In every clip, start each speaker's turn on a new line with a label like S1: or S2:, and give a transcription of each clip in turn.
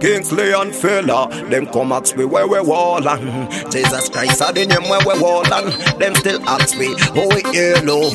S1: Kingsley and Fela, them come ask me where we wallin'. Jesus Christ, I didn't where we wallin'. Them still ask me, oh, we yellow.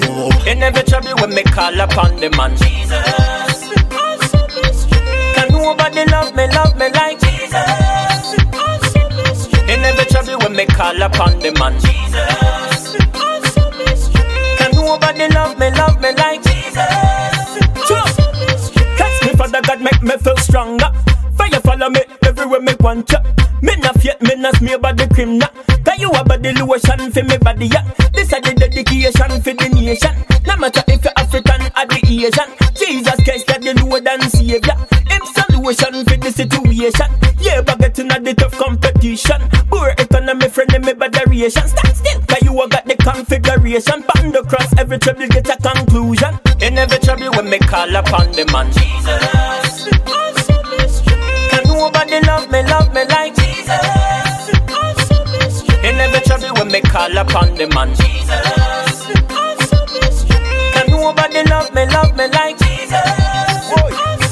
S2: In every trouble when me call upon the man Jesus, answer me straight Can nobody love me, love me like Jesus, answer me straight In every trouble when me call upon the man Jesus, answer me straight Can nobody love me, love me like Jesus, answer me straight Catch me, Father God, make me feel stronger Fire follow me everywhere me want ya Me not fear, me not smear by the criminal Cause you a body lotion for me body yeah. This a the dedication for the nation No matter if you're African or the Asian Jesus Christ that the Lord and Savior Him solution for the situation Yeah, but getting at the tough competition Poor economy, friend, me botheration Stand still, cause you a got the configuration Pan the cross, every trouble get a conclusion In every trouble when me call upon the man Jesus, answer me straight Can nobody love me, love me like Jesus, answer me straight In every trouble when me call upon the man Jesus, answer me straight Can nobody love me, love me like Jesus,
S1: Boy,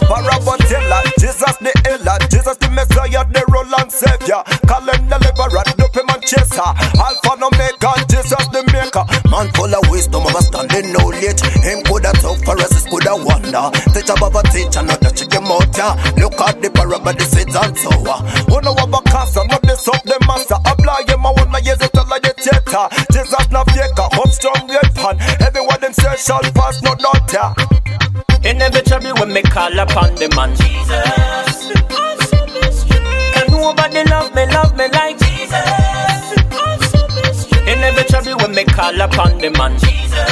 S1: Parabotella, Jesus the Ella, Jesus the Messiah, the Roland Savior, call him the liberal, dope him and chaser, Alpha and Omega, Jesus the Maker, man full of wisdom, understanding knowledge, him could have talk for us, could have wonder, teacher Baba teacher, not the chicken motor, look at the parable, the seeds and uh. sower, one of our cancer, not the sub, the master, apply him, I wanna use it all like the theater, Jesus not faker, up strong, red pan, everyone them say shall pass, no doubt, yeah.
S2: In every trouble when me call upon the man Jesus, answer me straight. Can nobody love me, love me like Jesus, answer me straight. In every trouble when me call upon the man Jesus,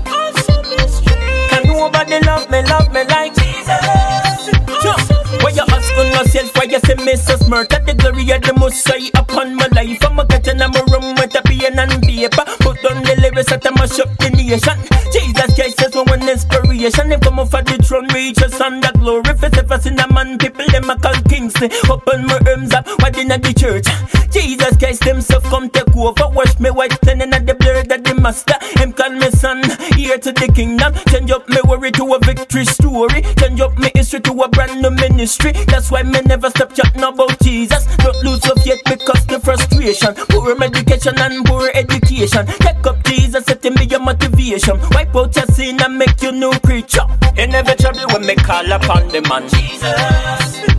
S2: answer me straight. Can nobody love me, love me like Jesus, answer me Why you asking yourself why you say me so smart At the glory of the Messiah upon my life I'm a cat in my room with a pen and paper Put down the lyrics that I mash up the nation Jesus Christ is my one inspiration If I'm off of the throne reaches on the glory If it's ever seen a man people them a call Kingsley Open my arms up wide in the church Jesus Christ himself come take over Wash me white cleaning at the blood of the master Him call me son here to the kingdom Change up me worry to a victory story Change up me history to a brand new ministry That's why me never stop chatting about Jesus Don't lose your faith because the frustration Poor medication and poor education Take up Jesus, it be your motivation Wipe out your sin and make you new creature In every trouble when me call upon the man Jesus,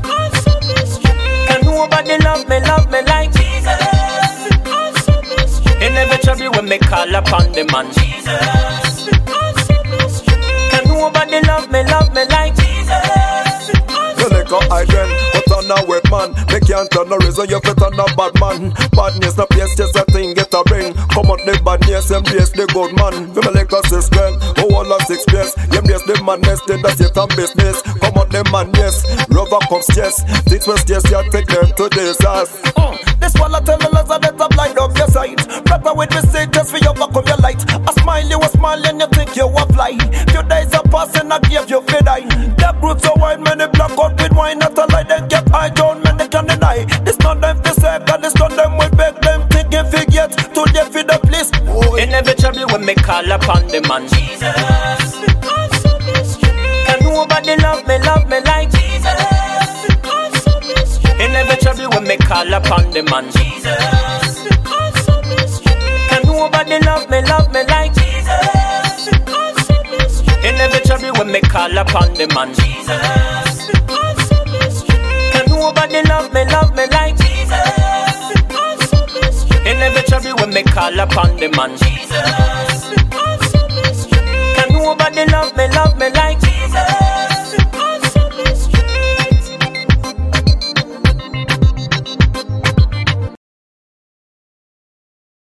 S2: answer me straight Can nobody love me, love me like Jesus, answer me straight In every trouble when me call upon the man Jesus, answer me straight Can nobody love me, love me like Jesus,
S1: You like a hydrant, but on a wet man. They can't turn no reason you fit on a bad man. Badness no place, just a thing get a ring. Come out the badness, embrace the good man. Feel me like a system, who all a six place. Embrace the madness, then that's it on business. Come out the madness, rubber comes yes. Things will yes, you take them to this ass. Mm, This one I tell me Lazarus, I'm blind up your sight. Prepper with me say just for you overcome your light. I smile, you a smile and you think you a fly. Few days are passing, I give you feed eye. The groups are wide, many black out with wine. Not a light, they get high down, many can deny. It's not them to say, God, it's not them we beg them. Thinking forget to the feed the place. Boy.
S2: In every trouble when me call upon the man Jesus, answer me straight. Can nobody love me, love me like Jesus, answer me straight. In every trouble when me call upon the man Jesus, answer me straight. Can nobody love me, love me like Jesus, answer me straight. In every trouble when me call upon the man Jesus, answer me straight. Can nobody love me, love me like Jesus, answer me straight. In every trouble when me call upon the man Jesus